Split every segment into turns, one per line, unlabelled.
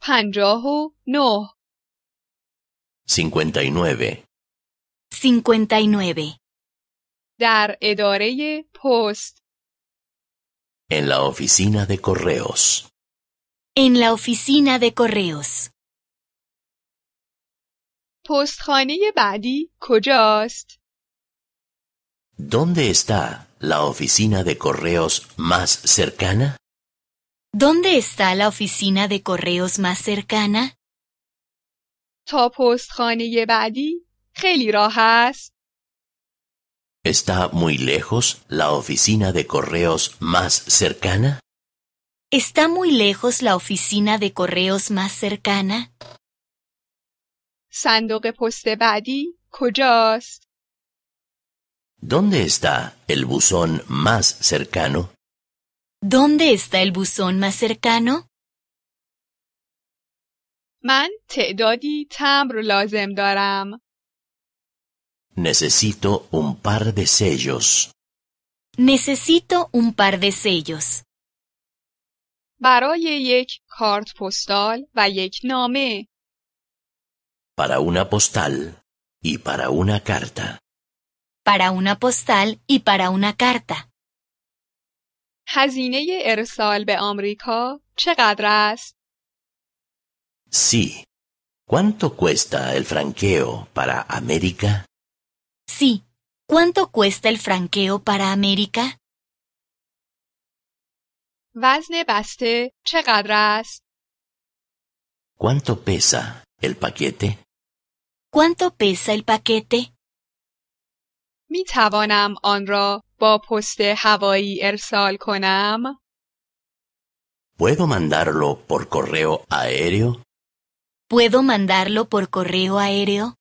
پنجاه و نه
59.
59.
در اداره پست
En la oficina de correos.
En la oficina de correos.
پستخانه بعدی کجاست؟
¿Dónde está la oficina de correos más cercana?
¿Dónde está la oficina de correos más cercana?
تا پستخانه بعدی خیلی راه است.
¿Está muy lejos la oficina de correos más cercana?
¿Está muy lejos la oficina de correos más cercana?
صندوق پست بعدی کجاست؟
¿Dónde está el buzón más cercano?
¿Dónde está el buzón más cercano?
من تعدادی تمبر لازم دارم.
Necesito un par de sellos.
Necesito un par de sellos.
برای یک کارت پستال و یک نامه
Para una postal y para una carta.
Para una postal y para una carta.
هزینه ارسال به آمریکا چقدر است؟
Sí. ¿Cuánto cuesta el franqueo para América?
Sí. ¿Cuánto cuesta el franqueo para América?
وزن بسته چقدر است؟
¿Cuánto pesa el paquete?
¿Cuánto pesa el paquete?
می توانم آن را با پست هوایی ارسال کنم؟
¿Puedo mandarlo por correo aéreo?
¿Puedo mandarlo por correo aéreo?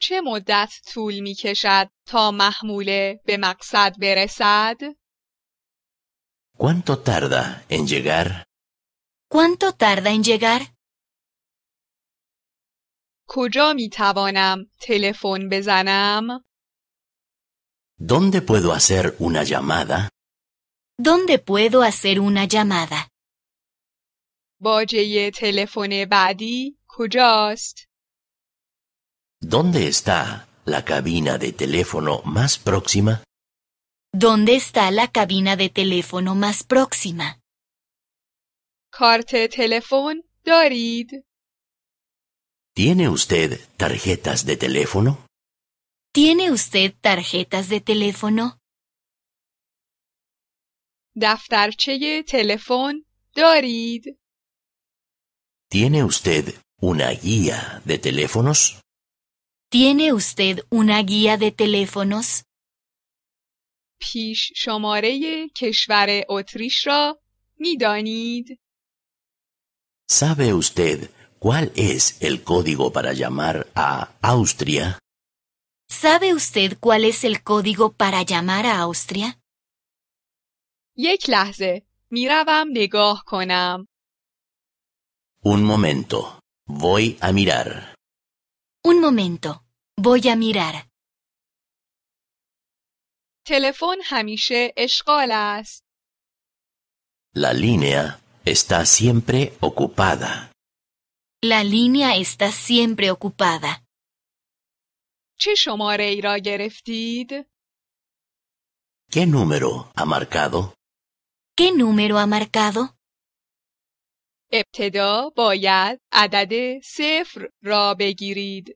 چه مدت طول می کشد تا محموله به مقصد برسد؟
¿Cuánto tarda en llegar?
¿Cuánto tarda en llegar?
کجا می توانم تلفن بزنم؟
¿Dónde puedo hacer una llamada?
¿Dónde puedo hacer una llamada?
باجه تلفن بعدی کجاست؟
¿Dónde está la cabina de teléfono más próxima?
¿Dónde está la cabina de teléfono más próxima?
کارت تلفن دارید؟
¿Tiene usted tarjetas de teléfono?
¿Tiene usted tarjetas de teléfono?
دفترچه تلفن دارید؟
¿Tiene usted una guía de teléfonos?
¿Tiene usted una guía de teléfonos?
پیش شماره کشور اتریش را میدانید؟
¿Sabe usted cuál es el código para llamar a Austria?
¿Sabe usted cuál es el código para llamar a Austria?
یک لحظه میروم نگاه کنم.
Un momento. Voy a mirar.
Un momento. Voy a mirar.
تلفن همیشه اشغال است.
La línea está siempre ocupada.
La línea está siempre ocupada.
چه شماره ای را گرفتید؟
¿Qué número ha marcado?
¿Qué número ha marcado?
ابتدا باید عدد صفر را بگیرید.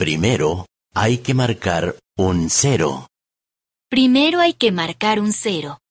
Primero, hay que marcar un cero.
Primero hay que marcar un cero.